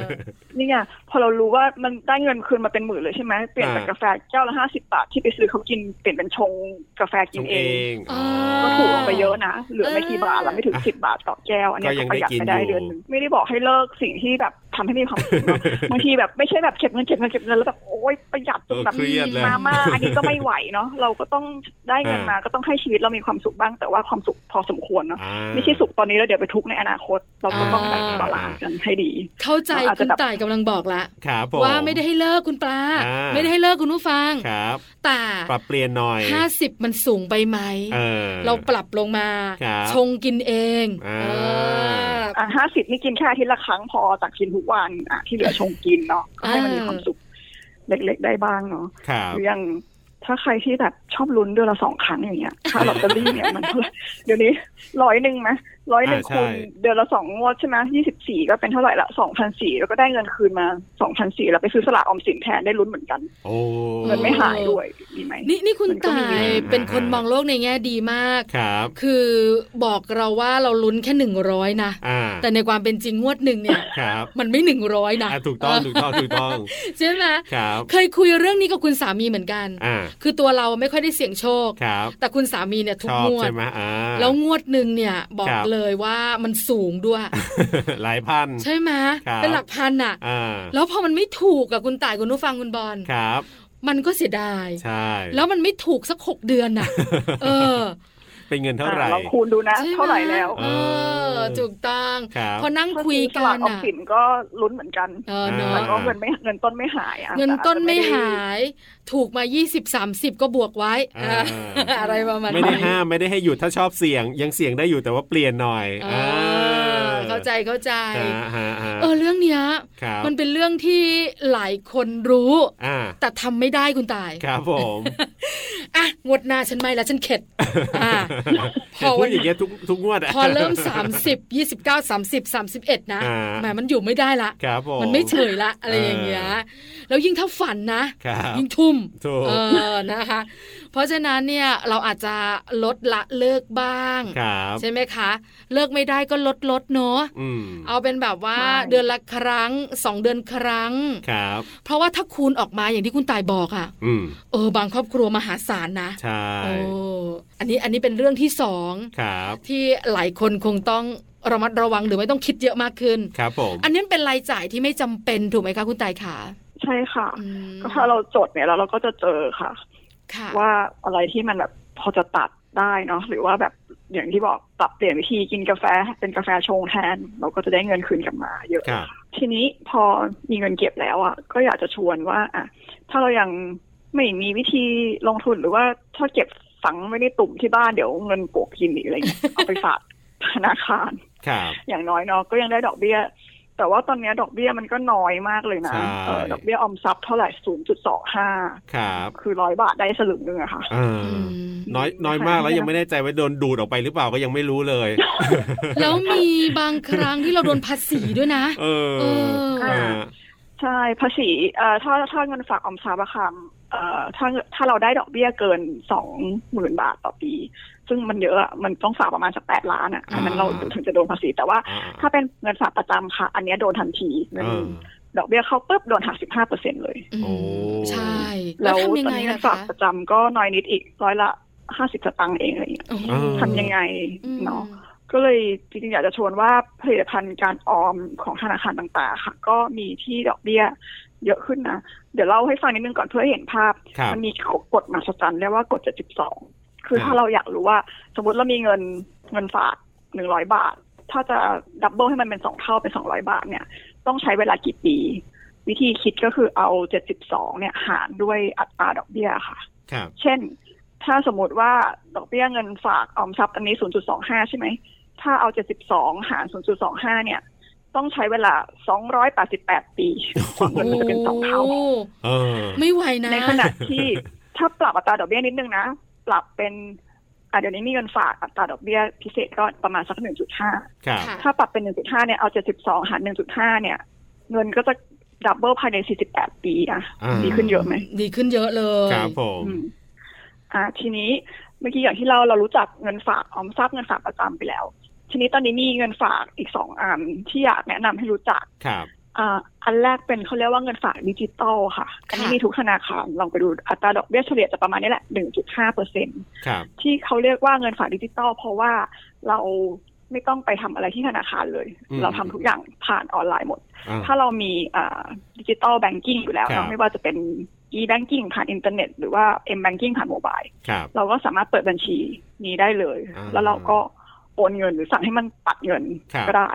Speaker 5: นี่ไงพอเรารู้ว่ามันได้เงินคืนมาเป็นหมื่นเลยใช่ไหมเปลี่ยนจาก
Speaker 2: อ่าก
Speaker 5: กาแฟแก้วละห้าสิบาทที่ไปซื้อเขากินเปลี่ยนเป็นชงกาแฟ
Speaker 2: ช
Speaker 5: กิน
Speaker 2: ง
Speaker 5: เอ
Speaker 2: เอง ง
Speaker 1: อ๋อ
Speaker 2: อ๋อ
Speaker 5: ก็ถูกลงไปเยอะนะ เหลือ
Speaker 1: เออ
Speaker 5: ไม่กี่บาทละไม่ถึง
Speaker 2: อ่ะ
Speaker 5: สิบบาทต่อแก้ว อันเนี้
Speaker 2: ก็ยั
Speaker 5: ก็
Speaker 2: ง
Speaker 5: ประหยัด
Speaker 2: ได้กิน
Speaker 5: ไปได้
Speaker 2: อยู่
Speaker 5: เดือนหนึงไม่ได้บอกให้เลิกสิ่งที่แบบทำให้มีความสุข เนอะ บางทีแบบไม่ใช่แบบเก็บเงินเก็บเงินเก็บเงินแล้วแบบโอ๊ยประหยัดจ
Speaker 2: เอน อ
Speaker 5: แบบ
Speaker 2: เครียดเลย
Speaker 5: มาม่าอันนี้ก็ไม่ไหว เนาะเราก็ต้องได้เงินมาก็ต้องให้ชีวิตเรามีความสุขบ้าง แต่ว่าความสุขพอสมควรเนาะ
Speaker 2: อ่า
Speaker 5: ไม่ใช่สุขตอนนี้แล้วเดี๋ยวไปทุกข์ในอนาคต เราก็ต้องแบบ
Speaker 1: อ่า
Speaker 5: บาลานซ์กันให้ดี
Speaker 1: เข้าใจ
Speaker 5: เราอาจ
Speaker 1: คุ
Speaker 5: จะ
Speaker 1: ณ
Speaker 5: แบบ
Speaker 1: ต่ายกำลังบอกละ
Speaker 2: ครับผม
Speaker 1: ว่าไม่ได้ให้เลิกคุณปลา
Speaker 2: อ่า
Speaker 1: ไม่ได้ให้เลิกคุณผู้ฟัง
Speaker 2: ครับ
Speaker 1: แต่
Speaker 2: ปรับเปลี่ยนหน่อย
Speaker 1: ห้าสิบมันสูงไปไหม
Speaker 2: เออ
Speaker 1: เราปรับลงมา
Speaker 2: ครับ
Speaker 1: ชงกินเอง
Speaker 2: อ่า
Speaker 1: เออ
Speaker 5: อ่ะห้าสิบนี่กินแค่อาทิตย์ละครั้งพอจากกินทุกวันอ่ะที่เหลือชงกินเนาะก็ให้มันมีความสุขเล็กๆได้บ้างเนาะ
Speaker 2: ครับ
Speaker 5: หรืออย่างถ้าใครที่แบบชอบลุ้นเดือนละสองครั้งอย่างเงี้ย ค่าลอตเตอรี่เนี่ยมันเท่าไหร่เดี๋ยวนี้ร้อยหนึ่งไหมร้อยหนึ่ง
Speaker 2: อ่าใช่
Speaker 5: คูณเดือนละสองงวดใช่ไหมยี่สิบสี่ก็เป็นเท่าไหร่ละสองพันสี่แล้วก็ได้เงินคืนมาสองพันสี่แล้วไปซื้อสลากออมสินแทนได้ลุ้นเหมือนกัน
Speaker 2: โอ้
Speaker 1: เงิ
Speaker 5: เงินไม่หาย
Speaker 1: เออ
Speaker 5: ด้วยดีไหม
Speaker 1: นี่นี่คุณ
Speaker 5: มันก็มี
Speaker 1: ต่าย
Speaker 2: นะ
Speaker 1: เป็นคนมองโลกในแง่ดีมาก
Speaker 2: ครับ
Speaker 1: คือบอกเราว่าเราลุ้นแค่หนึ่งร้อยนะ
Speaker 2: อ่า
Speaker 1: แต่ในความเป็นจริงงวดหนึ่งเนี่ย
Speaker 2: ครับ
Speaker 1: มันไม่หนึ่งร้อยนะ
Speaker 2: อ่าถูกต้องถูกต้องถูกต้อง
Speaker 1: ใช่ไหม
Speaker 2: ครับ
Speaker 1: เคยคุยเรื่องนี้กับคุณสามีเหมือนกัน
Speaker 2: อ่า
Speaker 1: คือตัวเราไม่ค่อยได้เสี่ยงโชค
Speaker 2: ครับ
Speaker 1: แต่คุณสามีเนี่ยทุ
Speaker 2: ช
Speaker 1: ก
Speaker 2: อบ
Speaker 1: งวด
Speaker 2: ใช่ไหมอ่า
Speaker 1: แล้วงวดหนึ่งเนี่ยบอก
Speaker 2: ครับ
Speaker 1: เลยว่ามันสูงด้วย
Speaker 2: หลายพัน
Speaker 1: ใช่ไหม
Speaker 2: ครับ
Speaker 1: เป็นหลักพันอ่ะ
Speaker 2: อ่า
Speaker 1: แล้วพอมันไม่ถูกกับคุณต่ายคุณนุฟังคุณบอล
Speaker 2: ครับ
Speaker 1: มันก็เสียดาย
Speaker 2: ใช่
Speaker 1: แล้วมันไม่ถูกสักหกเดือนน่ะ เออ
Speaker 2: เป็นเงินเท่าไหร่
Speaker 5: ะลองคูณดูนะ
Speaker 1: ใช่ม
Speaker 5: เท่าไหร่แล้ว
Speaker 1: เออถูกต้อง
Speaker 2: ครับ
Speaker 1: พอนั่งคุย
Speaker 5: ถ้าซื้อส
Speaker 1: กั
Speaker 5: ลาน กออม
Speaker 1: อ่ะ
Speaker 5: สินก็ลุ้นเหมือนกัน
Speaker 1: เออเน
Speaker 5: แต่
Speaker 1: อะ
Speaker 5: ก็เงินไม่เงินต้นไม่หายอ่ะ
Speaker 1: เงินต้นไม่
Speaker 5: แต่อจจะด้
Speaker 1: หาย ถูกมา 20 30 ก็บวกไว้
Speaker 2: อ่า
Speaker 1: เอออะไรประมาณ
Speaker 2: ไม่ได้
Speaker 1: นี้
Speaker 2: ห้ามไม่ได้ให้หยุดถ้าชอบเสี่ยง ยังเสี่ยงได้อยู่แต่ว่าเปลี่ยนหน่อย
Speaker 1: เออเข้าใจเข้าใจ
Speaker 2: ฮะฮะฮะ
Speaker 1: เออเรื่องเนี้ย
Speaker 2: ครับ
Speaker 1: มันเป็นเรื่องที่หลายคนรู้
Speaker 2: อ่า
Speaker 1: แต่ทำไม่ได้คุณตาย
Speaker 2: ครับผม
Speaker 1: อ่ะงวดหน้าฉันไม่แล้วฉันเข็ดอ่า
Speaker 2: เห็นพูดอย่างเงี้ยทุกทุกงวดะ
Speaker 1: พอเริ่ม 30 29 30 31 นะ
Speaker 2: อ่า
Speaker 1: แหมมันอยู่ไม่ได้ละ
Speaker 2: ครับผม
Speaker 1: มันไม่เฉยละอะไรอย่างเงี้ย
Speaker 2: เออ
Speaker 1: แล้วยิ่งถ้าฝันนะ
Speaker 2: ครับ
Speaker 1: ยิ่งทุ่ม
Speaker 2: ถูก
Speaker 1: เออ นะคะ เพราะฉะนั้นเนี่ยเราอาจจะลดละเลิกบ้าง
Speaker 2: ครับ
Speaker 1: ใช่ไหมคะ เลิกไม่ได้ก็ลดลดเนาะ
Speaker 2: อืม
Speaker 1: เอาเป็นแบบว่าเดือนละครั้งสองเดือนครั้ง
Speaker 2: ครับ
Speaker 1: เพราะว่าถ้าคูณออกมาอย่างที่คุณตายบอกอะ
Speaker 2: อืม
Speaker 1: เออบางครอบครัวมหาศาลนะ
Speaker 2: ใช่
Speaker 1: โอ้ อันนี้อันนี้เป็นเรื่องที่สอง
Speaker 2: ครับ
Speaker 1: ที่หลายคนคงต้องระมัดระวังหรือไม่ต้องคิดเยอะมากขึ้น
Speaker 2: ครับผม
Speaker 1: อันนี้เป็นรายจ่ายที่ไม่จำเป็นถูกไหมคะคุณตายขา
Speaker 5: ใช่ค่ะ
Speaker 1: อืม
Speaker 5: ก็ถ้าเราจดเนี่ยแล้วเราก็จะเจอค่ะ
Speaker 1: ค่ะ
Speaker 5: ว่าอะไรที่มันแบบพอจะตัดได้เนาะหรือว่าแบบอย่างที่บอกปรับเปลี่ยนวิธีกินกาแฟเป็นกาแฟชงแทน เราก็จะได้เงินคืนกลับมาเยอะ
Speaker 2: ครับ
Speaker 5: ทีนี้พอมีเงินเก็บแล้วอ่ะก็อยากจะชวนว่าอ่ะถ้าเรายังไม่มีวิธีลงทุนหรือว่าถ้าเก็บฝังไว้ในตุ่มที่บ้านเดี๋ยวเงินปลวกกินอีกอะไรเงี้ย เอาไปฝากธนาคาร
Speaker 2: ครับ
Speaker 5: อย่างน้อยเนาะก็ยังได้ดอกเบี้ย แต่ว่าตอนเนี้ยดอกเบี้ยมันก็น้อยมากเลยนะ
Speaker 2: ใช่
Speaker 5: เออดอกเบี้ยออมทรัพย์เท่าไหร่ศูนย์จุดสองห้า
Speaker 2: ครับ
Speaker 5: คือร้อยบาทได้สลึงหนึงอะค่ะ
Speaker 2: เอออ
Speaker 1: ม
Speaker 2: น้อยน้อยมากแล้วยังไม่แน่ใจว่าโดนดูดออกไปหรือเปล่าก็ยังไม่รู้เลย
Speaker 1: แล้วมีบางครั้งที่เราโดนภาษีด้วยนะ
Speaker 2: เออ
Speaker 1: เออ
Speaker 2: เออ
Speaker 5: ใช่ภาษีเอ่อถ้าถ้าเงินฝากออมทรัพย์อะค่ะเอ่อถ้าถ้าเราได้ดอกเบี้ยเกินสองหมื่นบาทต่อปี ซึ่งมันเยอะอะมันต้องฝากประมาณสักแปดล้านอะ
Speaker 2: อ่า
Speaker 5: อันนั้นเราถึงจะโดนภาษี แต่ว่า
Speaker 2: อ่า
Speaker 5: ถ้าเป็นเงินฝากประจำค่ะ อันเนี้ยโดนทันทีเงิน
Speaker 2: เออ
Speaker 5: ดอกเบี้ยเข้าปุ๊บโดนหักสิบห้าเปอร์เซ็นเลย
Speaker 1: อืม
Speaker 2: โอ้
Speaker 1: ใช่
Speaker 5: แล้
Speaker 1: แล้ว
Speaker 5: ว
Speaker 1: ทำยัง
Speaker 5: ตอน
Speaker 1: ไง
Speaker 5: นี้เงิ
Speaker 1: ล่ะ
Speaker 5: นฝา
Speaker 1: คะ
Speaker 5: กประจำก็น้อยนิดอีกร้อยละห้าสิบสตังค์เองอะไรอย่างเงี้ย
Speaker 1: โอ้โห
Speaker 2: เออ
Speaker 5: ทำยังไง
Speaker 1: อืม
Speaker 5: เนาะ ก็ ก็เลยจริงๆอยากจะชวนว่าผลิตภัณฑ์การออมของธนาคารต่างๆ ค่ะ ก็มีที่ดอกเบี้ยเยอะขึ้นนะ เดี๋ยวเล่าให้ฟังนิดนึงก่อนเพื่อให้เห็นภาพ
Speaker 2: ครับ
Speaker 5: มันมีกฎมหัศจรรย์เรียกว่ากฎ 72 คื
Speaker 2: ครับ
Speaker 5: อถ้าเราอยากรู้ว่า สมมติเรามีเงินเงินฝาก 100 บาท ถ้าจะดับเบิลให้มันเป็น 2 เท่าเป็น 200 บาทเนี่ย ต้องใช้เวลากี่ปี วิธีคิดก็คือเอา 72 เนี่ยหารด้วยอัตราดอกเบี้ยค่ะ
Speaker 2: ครับ
Speaker 5: เช่น ถ้าสมมติว่าดอกเบี้ยเงินฝากออมทรัพย์อันนี้ 0.25 ใช่ไหม ถ้าเอา 72 หาร 0.25 เนี่ย ต้องใช้เวลา 288 ปีกว่าเงินมันจะเป็นสองเท่า
Speaker 1: โอ้
Speaker 2: เออ
Speaker 1: ไม่ไหวนะ
Speaker 5: ในขณะที่ ถ้าปรับอัตราดอกเบี้ยนิดนึงนะ ปรับเป็นอ่ะเดี๋ยวนี้มีเงินฝากอัตราดอกเบี้ยพิเศษก็ประมาณสัก 1.5
Speaker 2: ครับ
Speaker 1: ค่ะ
Speaker 5: ถ้าปรับเป็น 1.5 เนี่ยเอา 72 หาร 1.5 เนี่ย เงินก็จะดับเบิลภายใน 48 ปีนะ
Speaker 2: อ่า
Speaker 5: ดีขึ้นเยอะไหม
Speaker 1: ดีขึ้นเยอะเลย
Speaker 2: ครับผม
Speaker 5: อืมอ่า ทีนี้เมื่อกี้อย่างที่เราเรารู้จักเงินฝากออมทรัพย์เงินฝากประจำไปแล้ว ทีนี้ตอนนี้มีเงินฝากอีกสองอันที่อยากแนะนำให้รู้จัก
Speaker 2: ครับ
Speaker 5: อ่า อันแรกเป็นเขาเรียกว่าเงินฝากดิจิตอลค่ะ อันนี้มีทุกธนาคารลองไปดูอัตราดอกเบี้ยเฉลี่ยจะประมาณนี้แหละหนึ่งจุดห้าเปอร์เซ็น
Speaker 2: ครับ
Speaker 5: ที่เขาเรียกว่าเงินฝากดิจิตอลเพราะว่าเราไม่ต้องไปทำอะไรที่ธนาคารเลย
Speaker 2: อืม
Speaker 5: เราทำทุกอย่างผ่านออนไลน์หมด
Speaker 2: อ่า
Speaker 5: ถ้าเรามีดิจิตอลแบงกิ้งอยู่แล้ว
Speaker 2: ครับ
Speaker 5: เนาะไม่ว่าจะเป็น e-banking ผ่านอินเทอร์เน็ตหรือว่า m-banking ผ่านโมบาย
Speaker 2: ครับ
Speaker 5: เราก็สามารถเปิดบัญชีนี้ได้เลย
Speaker 2: อ่า
Speaker 5: แล้วเราก็โอนเงินหรือสั่งให้มันตัดเงิน
Speaker 2: ครับ
Speaker 5: ก็ได้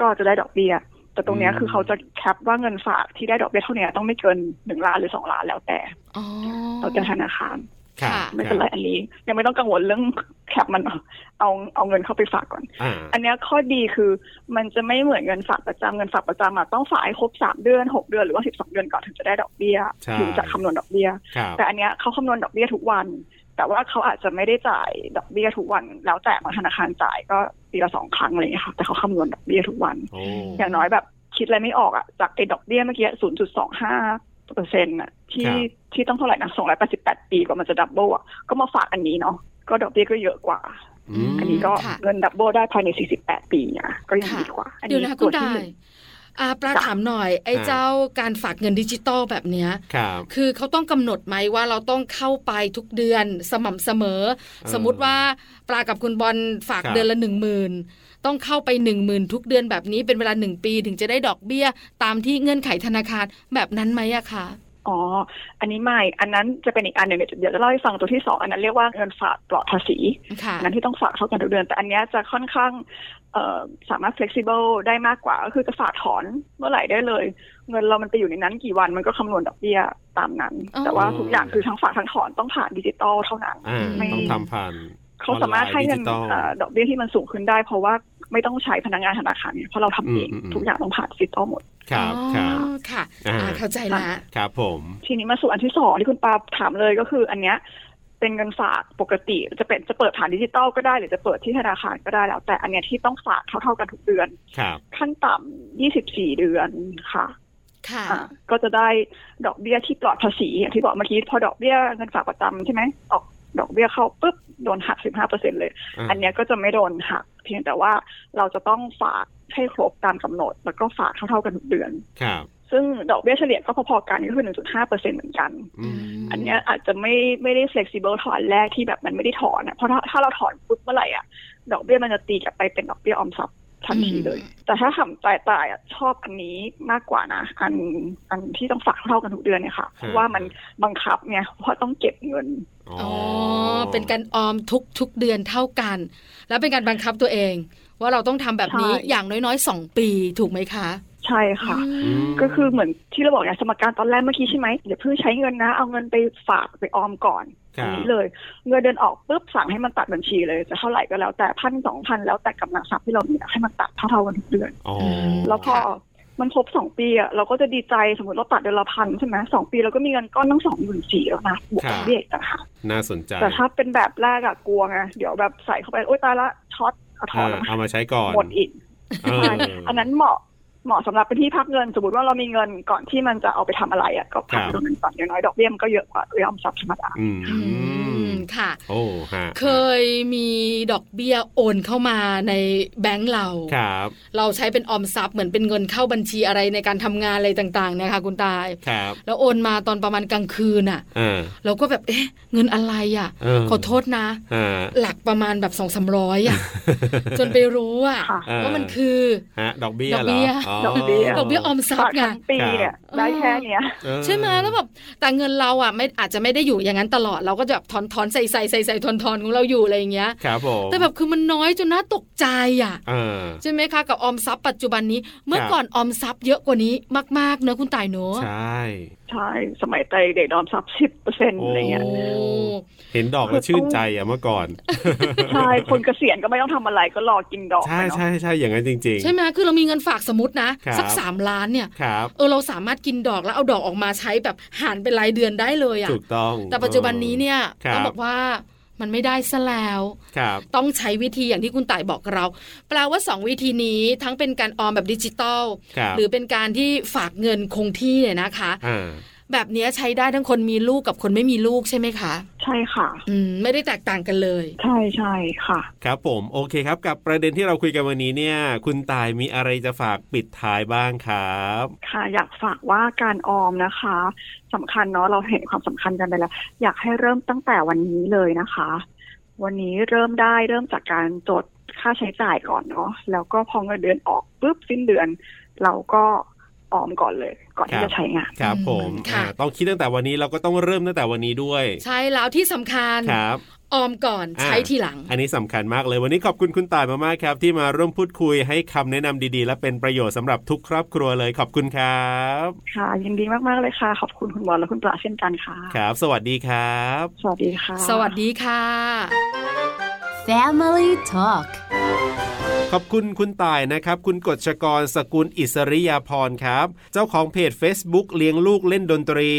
Speaker 5: ก็จะได้ดอกเบี้ย แต่ตรงเนี้ย
Speaker 2: อืม
Speaker 5: คือเขาจะแคปว่าเงินฝากที่ได้ดอกเบี้ยเท่าเนี้ยต้องไม่เกินหนึ่งล้านหรือสองล้านแล้วแต่
Speaker 1: อ๋อ
Speaker 5: เราจะธนาคาร
Speaker 2: ครับ
Speaker 1: ค่ะ
Speaker 5: ไม่เป็นไรอันนี้ ยังไม่ต้องกังวลเรื่องแคปมันเอาเอาเอาเงินเข้าไปฝากก่อน
Speaker 2: อ่า
Speaker 5: อันเนี้ยข้อดีคือมันจะไม่เหมือนเงินฝากประจำเงินฝากประจำอะต้องฝากให้ครบสามเดือนหกเดือนหรือว่าสิบสองเดือนก่อนถึงจะได้ดอกเบี้ย
Speaker 2: ใช่
Speaker 5: ถึงจะคำนวณดอกเบี้ย
Speaker 2: ครับ
Speaker 5: แต่อันเนี้ยเขาคำนวณดอกเบี้ยทุกวัน แต่ว่าเขาอาจจะไม่ได้จ่ายดอกเบี้ยทุกวัน แล้วแต่บางธนาคารจ่ายก็ปีละสองครั้งอะไรอย่างเงี้ยค่ะ แต่เขาคำนวณดอกเบี้ยทุกวัน
Speaker 2: โอ้
Speaker 5: อย่างน้อยแบบคิดอะไรไม่ออกอะจากไอ้ดอกเบี้ยเมื่อกี้ศูนย์จุดสองห้าเปอร์เซ็นต์อะที่
Speaker 2: ครับ
Speaker 5: ที่ต้องเท่าไหร่นะสองร้อยแปดสิบแปดปีกว่ามันจะดับเบิลอะก็มาฝากอันนี้เนาะก็ดอกเบี้ยก็เยอะกว่า
Speaker 2: อืม
Speaker 5: อันนี้ก็
Speaker 1: ค่ะ
Speaker 5: เงินดับเบิลได้ภายในสี่สิบแปดปีอะก็ยังดีกว่า อัน
Speaker 1: เดี๋ยว
Speaker 5: นี้
Speaker 1: นะคุณ
Speaker 5: ตัวที่
Speaker 1: ตาย
Speaker 5: หนึ่ง
Speaker 1: อ่าปลา
Speaker 5: จ้ะ
Speaker 1: ถามหน่อย ไอ้
Speaker 2: อ่า
Speaker 1: เจ้าการฝากเงินดิจิตอลแบบเนี้ย
Speaker 2: ครับ
Speaker 1: คือเขาต้องกำหนดไหมว่าเราต้องเข้าไปทุกเดือนสม่ำเสมอ
Speaker 2: ออ
Speaker 1: สมมติว่าปลากับคุณบอลฝาก
Speaker 2: ครับ
Speaker 1: เดือนละหนึ่งหมื่นต้องเข้าไปหนึ่งหมื่นทุกเดือนแบบนี้เป็นเวลาหนึ่งปีถึงจะได้ดอกเบี้ย ตามที่เงื่อนไขธนาคารแบบนั้นไหมอะคะ
Speaker 5: อ๋อ อันนี้ไม่ อันนั้นจะเป็นอีกอันหนึ่งเดี๋ยวจะเล่าให้ฟังตัวที่สองอันนั้นเรียกว่าเงินฝากปลอดภาษี
Speaker 1: ค่ะ
Speaker 5: นั้นที่ต้องฝากเท่ากันทุกเดือน แต่อันเนี้ยจะค่อนข้างเอ่อสามารถ flexible ได้มากกว่า ก็คือจะฝากถอนเมื่อไหร่ได้เลย เงินเรามันไปอยู่ในนั้นกี่วันมันก็คำนวณดอกเบี้ยตามนั้น
Speaker 1: อ๋อ
Speaker 5: แต่ว่าทุกอย่างคือทั้งฝากทั้งถอนต้องผ่านดิจิตอลเท่านั้น
Speaker 2: อ่า
Speaker 1: ไม่
Speaker 2: ต้องทำผ่าน
Speaker 5: เขาสามารถให้เงิน
Speaker 2: ออไลดิจิทั
Speaker 5: เอ่อ
Speaker 2: ล
Speaker 5: ดอกเบี้ยที่มันสูงขึ้นได้ เพราะว่าไม่ต้องใช้พนักงานธนาคารเนี่ยเพราะเราทำเอง
Speaker 2: อืมอืม
Speaker 5: ทุกอย่างต้องผ่านดิจิตอลหมด
Speaker 2: ครับ ครับ
Speaker 1: อ๋อค่ะ
Speaker 2: อ่า
Speaker 1: อ่าเข้าใจละ
Speaker 2: ครับผม
Speaker 5: ทีนี้มาสู่อันที่สองที่คุณปาถามเลยก็คืออันเนี้ยเป็นเงินฝากปกติจะเป็นจะเปิดผ่านดิจิตอลก็ได้หรือจะเปิดที่ธนาคารก็ได้แล้ว แต่อันเนี้ยที่ต้องฝากเท่าๆกันทุกเดือน
Speaker 2: ครับ
Speaker 5: ขั้นต่ำ24 เดือนค่ะ
Speaker 1: ค่ะ
Speaker 5: อ่ะ ก็จะได้ดอกเบี้ยที่ปลอดภาษีอย่างที่บอกเมื่อกี้พอดอกเบี้ยเงินฝากประจำใช่ไหมออกดอกเบี้ยเข้าปุ๊บโดนหัก 15เปอร์เซ็นเลย
Speaker 2: า
Speaker 5: อันเนี้ยก็จะไม่โดนหัก เพียงแต่ว่าเราจะต้องฝากให้ครบตามกำหนด แล้วก็ฝากเท่าๆกันทุกเดือน
Speaker 2: ครับ
Speaker 5: ซึ่งดอกเบี้ยเฉลี่ยก็พอๆกันก็คือ1.5เปอร์เซ็นเหมือนกัน
Speaker 2: อืม
Speaker 5: อันเนี้ยอาจจะไม่ไม่ได้ flexible ถอนแรกที่แบบมันไม่ได้ถอนอะเพราะถ้าถ้าเราถอนปุ๊บเมื่อไหร่อ่ะดอกเบี้ยมันจะตีกลับไปเป็นดอกเบี้ยออมทรัพย์ทันทีเลย แต่ถ้าทำตายตายอ่ะชอบอันนี้มากกว่านะ อันอันที่ต้องฝากเท่ากันทุกเดือนเนี่ยค่ะเพราะว่ามันบังคับไงเพราะต้องเก็บเงิน
Speaker 2: อ๋อ
Speaker 1: อ๋อ เป็นการออมทุกทุกเดือนเท่ากัน แล้วเป็นการบังคับตัวเอง ว่าเราต้องทำแบบนี้
Speaker 5: ใช่
Speaker 1: อย่างน้อยๆสองปีถูกไหมคะ
Speaker 5: ใช่ค่ะ
Speaker 1: อื
Speaker 2: อื
Speaker 1: ม
Speaker 2: ม
Speaker 5: ก็คือเหมือนที่เราบอกเนี่ยสมการตอนแรกเมื่อกี้ใช่ไหมอย่าเพิ่งใช้เงินนะ เอาเงินไปฝากไปออมก่อน
Speaker 2: ครับ
Speaker 5: อันนี้เลย เงินเดินออกปุ๊บสั่งให้มันตัดบัญชีเลยจะเท่าไหร่ก็แล้วแต่พันสองพันแล้วแต่กำลังทรัพย์ที่เรามีให้มันตัดเท่าๆกันทุกเดือน
Speaker 2: อ๋อ
Speaker 5: แล้วพอมันครบสองปีอ่ะเราก็จะดีใจสมมติเราตัดเดือนละพันใช่ไหมสองปีเราก็มีเงินก้อนทั้งสองหมื่นสี่แล้วนะบวกกับเบี้ยอีกต่างหาก
Speaker 2: น่าสนใจ
Speaker 5: แต่ถ้าเป็นแบบแรกอะกลัวไงเดี๋ยวแบบใส่เข้าไปโอ๊ยตายละช็อตเอาถอ
Speaker 2: อ่าน
Speaker 5: ออกมา
Speaker 2: เอามาใช้ก่อน
Speaker 5: หมดอีก
Speaker 2: เออ
Speaker 5: ใช่อันนั้นเหมาะ เหมาะสำหรับเป็นที่พักเงิน สมมติว่าเรามีเงินก่อนที่มันจะเอาไปทำอะไรอ่ะก็พัก
Speaker 2: ครับ
Speaker 5: ตรงนั้นก่อนอย่างน้อยดอกเบี้ยมันก็เยอะกว่าเรื่องออมทรัพย์ธรรมดา
Speaker 2: อื
Speaker 1: อื
Speaker 2: ม
Speaker 1: มค่ะ
Speaker 2: โอ้ฮะ
Speaker 1: เคยมีดอกเบี้ยโอนเข้ามาในแบงก์เรา
Speaker 2: ครับ
Speaker 1: เราใช้เป็นออมทรัพย์เหมือนเป็นเงินเข้าบัญชีอะไรในการทำงานอะไรต่างๆเนะคะคุณตาย
Speaker 2: ครับ
Speaker 1: แล้วโอนมาตอนประมาณกลางคืนน่ะ
Speaker 2: อ่า
Speaker 1: เราก็แบบเอ๊ะเงินอะไรอ่ะ
Speaker 2: เออ
Speaker 1: ขอโทษนะ
Speaker 2: อ่า
Speaker 1: หลักประมาณแบบสองสามร้อย อ่ะ จนไปรู้อ่ะ
Speaker 5: ค่ะ
Speaker 1: ว่ามันคือ
Speaker 2: ฮะดอกเบี้ย
Speaker 1: ดอก
Speaker 2: เหร
Speaker 1: เบี้
Speaker 2: อย
Speaker 5: ดอกเบี้ย
Speaker 1: ดอกเบี้ยออมทรัพ
Speaker 5: ตลอด
Speaker 1: ย์ไง
Speaker 5: ทั้งปีเนี่ยได้แค่เนี้ย
Speaker 2: เออ
Speaker 1: ใช่ไหมแล้วแบบแต่เงินเราอ่ะไม่อาจจะไม่ได้อยู่อย่างนั้นตลอดเราก็จะแบบถอนถอนใส่ใส่ใส่ใส่ถอนถอนของเราอยู่อะไรอย่างเงี้ย
Speaker 2: ครับผม
Speaker 1: แต่แบบคือมันน้อยจนน่าตกใจอ่ะ
Speaker 2: เออ
Speaker 1: ใช่ไหมคะกับออมทรัพย์ปัจจุบันนี้เมื่อ
Speaker 2: ครับ
Speaker 1: ก่อนออมทรัพย์เยอะกว่านี้มากๆเนอะคุณตายเนอะ
Speaker 2: ใช่
Speaker 5: ใช่ สมัยใจเด็กดอมทรัพย์สิบเปอร์เซ็นต์อะไรเงี้ย
Speaker 1: โอ้
Speaker 2: เห็นดอกแล้วชื่นใจอ่ะเมื่อก่อน
Speaker 5: ใช่ คนเกษียณก็ไม่ต้องทำอะไรก็รอกินดอก
Speaker 2: ใช่
Speaker 5: ไปเนาะ
Speaker 2: ใช่ใช่อย่างนั้นจริง
Speaker 1: ใช่ไหมคือเรามีเงินฝากสมมตินะ
Speaker 2: ครับ
Speaker 1: สักสามล้านเนี่ย
Speaker 2: ๆ ครับ
Speaker 1: เออเราสามารถกินดอกแล้วเอาดอกออกมาใช้แบบหารเป็นรายเดือนได้เลยอ่ะ
Speaker 2: ถูกต้อง
Speaker 1: แต่ปัจจุบันนี้เนี่ย
Speaker 2: ครั
Speaker 1: ต้องบอกว่ามันไม่ได้ซะแล้ว
Speaker 2: ครับ
Speaker 1: ต้องใช้วิธีอย่างที่คุณต่ายบอกเรา แปลว่า 2 วิธีนี้ทั้งเป็นการออมแบบดิจิตอล
Speaker 2: ครับ
Speaker 1: หรือเป็นการที่ฝากเงินคงที่เนี่ยนะคะ
Speaker 2: อ่า
Speaker 1: แบบเนี้ยใช้ได้ทั้งคนมีลูกกับคนไม่มีลูกใช่ไหมคะ
Speaker 5: ใช่ค่ะ
Speaker 1: อืมไม่ได้แตกต่างกันเลย
Speaker 5: ใช่ใช่ค่ะ
Speaker 2: ครับผมโอเคครับกับประเด็นที่เราคุยกันวันนี้เนี่ย คุณตายมีอะไรจะฝากปิดท้ายบ้างครับ
Speaker 5: ค่ะ อยากฝากว่าการออมนะคะสำคัญเนาะเราเห็นความสำคัญกันไปแล้ว อยากให้เริ่มตั้งแต่วันนี้เลยนะคะ วันนี้เริ่มได้เริ่มจากการจดค่าใช้จ่ายก่อนเนาะแล้วก็พอเงินเดือนออกปุ๊บสิ้นเดือน เราก็ออมก่อนเลย ก่อน
Speaker 2: ค
Speaker 5: ที่
Speaker 2: รับ
Speaker 5: จะใช้งาน
Speaker 2: ครับผม
Speaker 1: ค่ะ
Speaker 2: อ่าต้องคิดตั้งแต่วันนี้เราก็ต้องเริ่มตั้งแต่วันนี้ด้วย
Speaker 1: ใช่แล้วที่สำคัญ
Speaker 2: ครับ
Speaker 1: ออมก่อน
Speaker 2: อ่า
Speaker 1: ใช้ทีหลัง
Speaker 2: อันนี้สำคัญมากเลยวันนี้ขอบคุณคุณตายมากๆครับ ที่มาร่วมพูดคุยให้คำแนะนำดีๆ และเป็นประโยชน์สำหรับทุกครอบครัวเลยขอบคุณครับ
Speaker 5: ค่ะ ยินดีมากๆเลยค่ะ ขอบคุณคุณบอลและคุณปลาเช่นกันค่ะ
Speaker 2: ครับ สวัสดีครับ
Speaker 5: สวัสดีค่ะ
Speaker 1: สวัสดีค่ะ
Speaker 4: Family Talk
Speaker 2: ขอบคุณคุณตายนะครับ คุณกฎชกรสกุลอิสริยาพรครับ เจ้าของเพจ Facebook เลี้ยงลูกเล่นดนตรี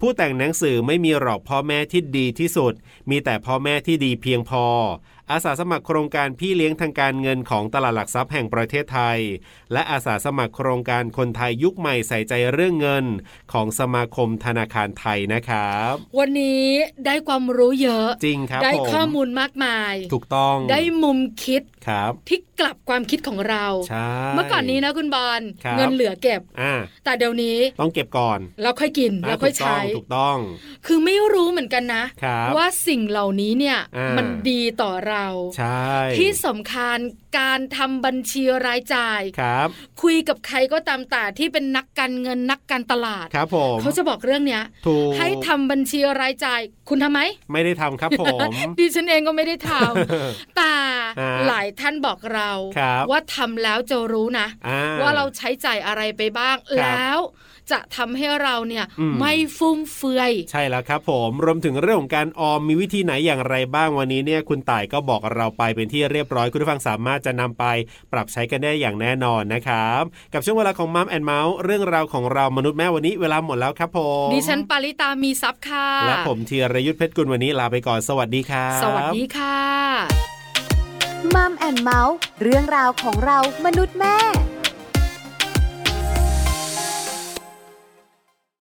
Speaker 2: ผู้แต่งหนังสือไม่มีหรอกพ่อแม่ที่ดีที่สุด มีแต่พ่อแม่ที่ดีเพียงพอ อาสาสมัครโครงการพี่เลี้ยงทางการเงินของตลาดหลักทรัพย์แห่งประเทศไทย และอาสาสมัครโครงการคนไทยยุคใหม่ใส่ใจเรื่องเงิน ของสมาคมธนาคารไทยนะครับ
Speaker 1: วันนี้ได้ความรู้เยอะ
Speaker 2: จริงครับ
Speaker 1: ได้
Speaker 2: ผม
Speaker 1: ข้อมูลมากมาย
Speaker 2: ถูกต้อง
Speaker 1: ได้มุมคิด
Speaker 2: ครับ
Speaker 1: ที่กลับความคิดของเรา
Speaker 2: ใช่
Speaker 1: เมื่อก่อนนี้นะคุณบอล
Speaker 2: ครับ
Speaker 1: เงินเหลือเก็บ
Speaker 2: อ่า
Speaker 1: แต่เดี๋ยวนี้
Speaker 2: ต้องเก็บก่อน
Speaker 1: เราค่อยกินเราค่อยใช้
Speaker 2: ถูกต้องถูกต้อง
Speaker 1: คือไม่รู้เหมือนกันนะ
Speaker 2: ครับ
Speaker 1: ว่าสิ่งเหล่านี้เนี่ย
Speaker 2: อ่ามั
Speaker 1: มันดีต่อเรา
Speaker 2: ใช่
Speaker 1: ที่สำคัญการทำบัญชีรายจ่าย
Speaker 2: ครับ
Speaker 1: คุยกับใครก็ตามแต่ที่เป็นนักการเงินนักการตลาด
Speaker 2: ครับผม
Speaker 1: เขาจะบอกเรื่องเนี้ย
Speaker 2: ถูก
Speaker 1: ให้ทำบัญชีรายจ่าย คุณทำไหม
Speaker 2: ไม่ได้ทำครับผม
Speaker 1: ดิฉันเองก็ไม่ได้ท ำ แต่
Speaker 2: ฮะ
Speaker 1: หลายท่านบอกเรา
Speaker 2: ครับ
Speaker 1: ว่าทำแล้วจะรู้นะ
Speaker 2: อ่า
Speaker 1: ว่าเราใช้จ่ายอะไรไปบ้าง
Speaker 2: ครับ
Speaker 1: แล้วจะทำให้เราเนี่ย
Speaker 2: อืม
Speaker 1: ไม่ฟุ่มเฟือย
Speaker 2: ใช่แล้วครับผมรวมถึงเรื่องของการออมมีวิธีไหนอย่างไรบ้างวันนี้เนี่ยคุณต่ายก็บอกเราไปเป็นที่เรียบร้อยคุณผู้ฟังสามารถจะนำไปปรับใช้กันได้อย่างแน่นอนนะครับ กับช่วงเวลาของมัมแอนเมาส์เรื่องราวของเรามนุษย์แม่วันนี้เวลาหมดแล้วครับผม
Speaker 1: ดิฉันปาริตามีซับค่ะ
Speaker 2: และผมธีรยุทธเพชรกุลวันนี้ลาไปก่อนสวัสดีครับ
Speaker 1: สวัสดีค่ะ
Speaker 4: มัมแอนเมาส์เรื่องราวของเรามนุษย์แม่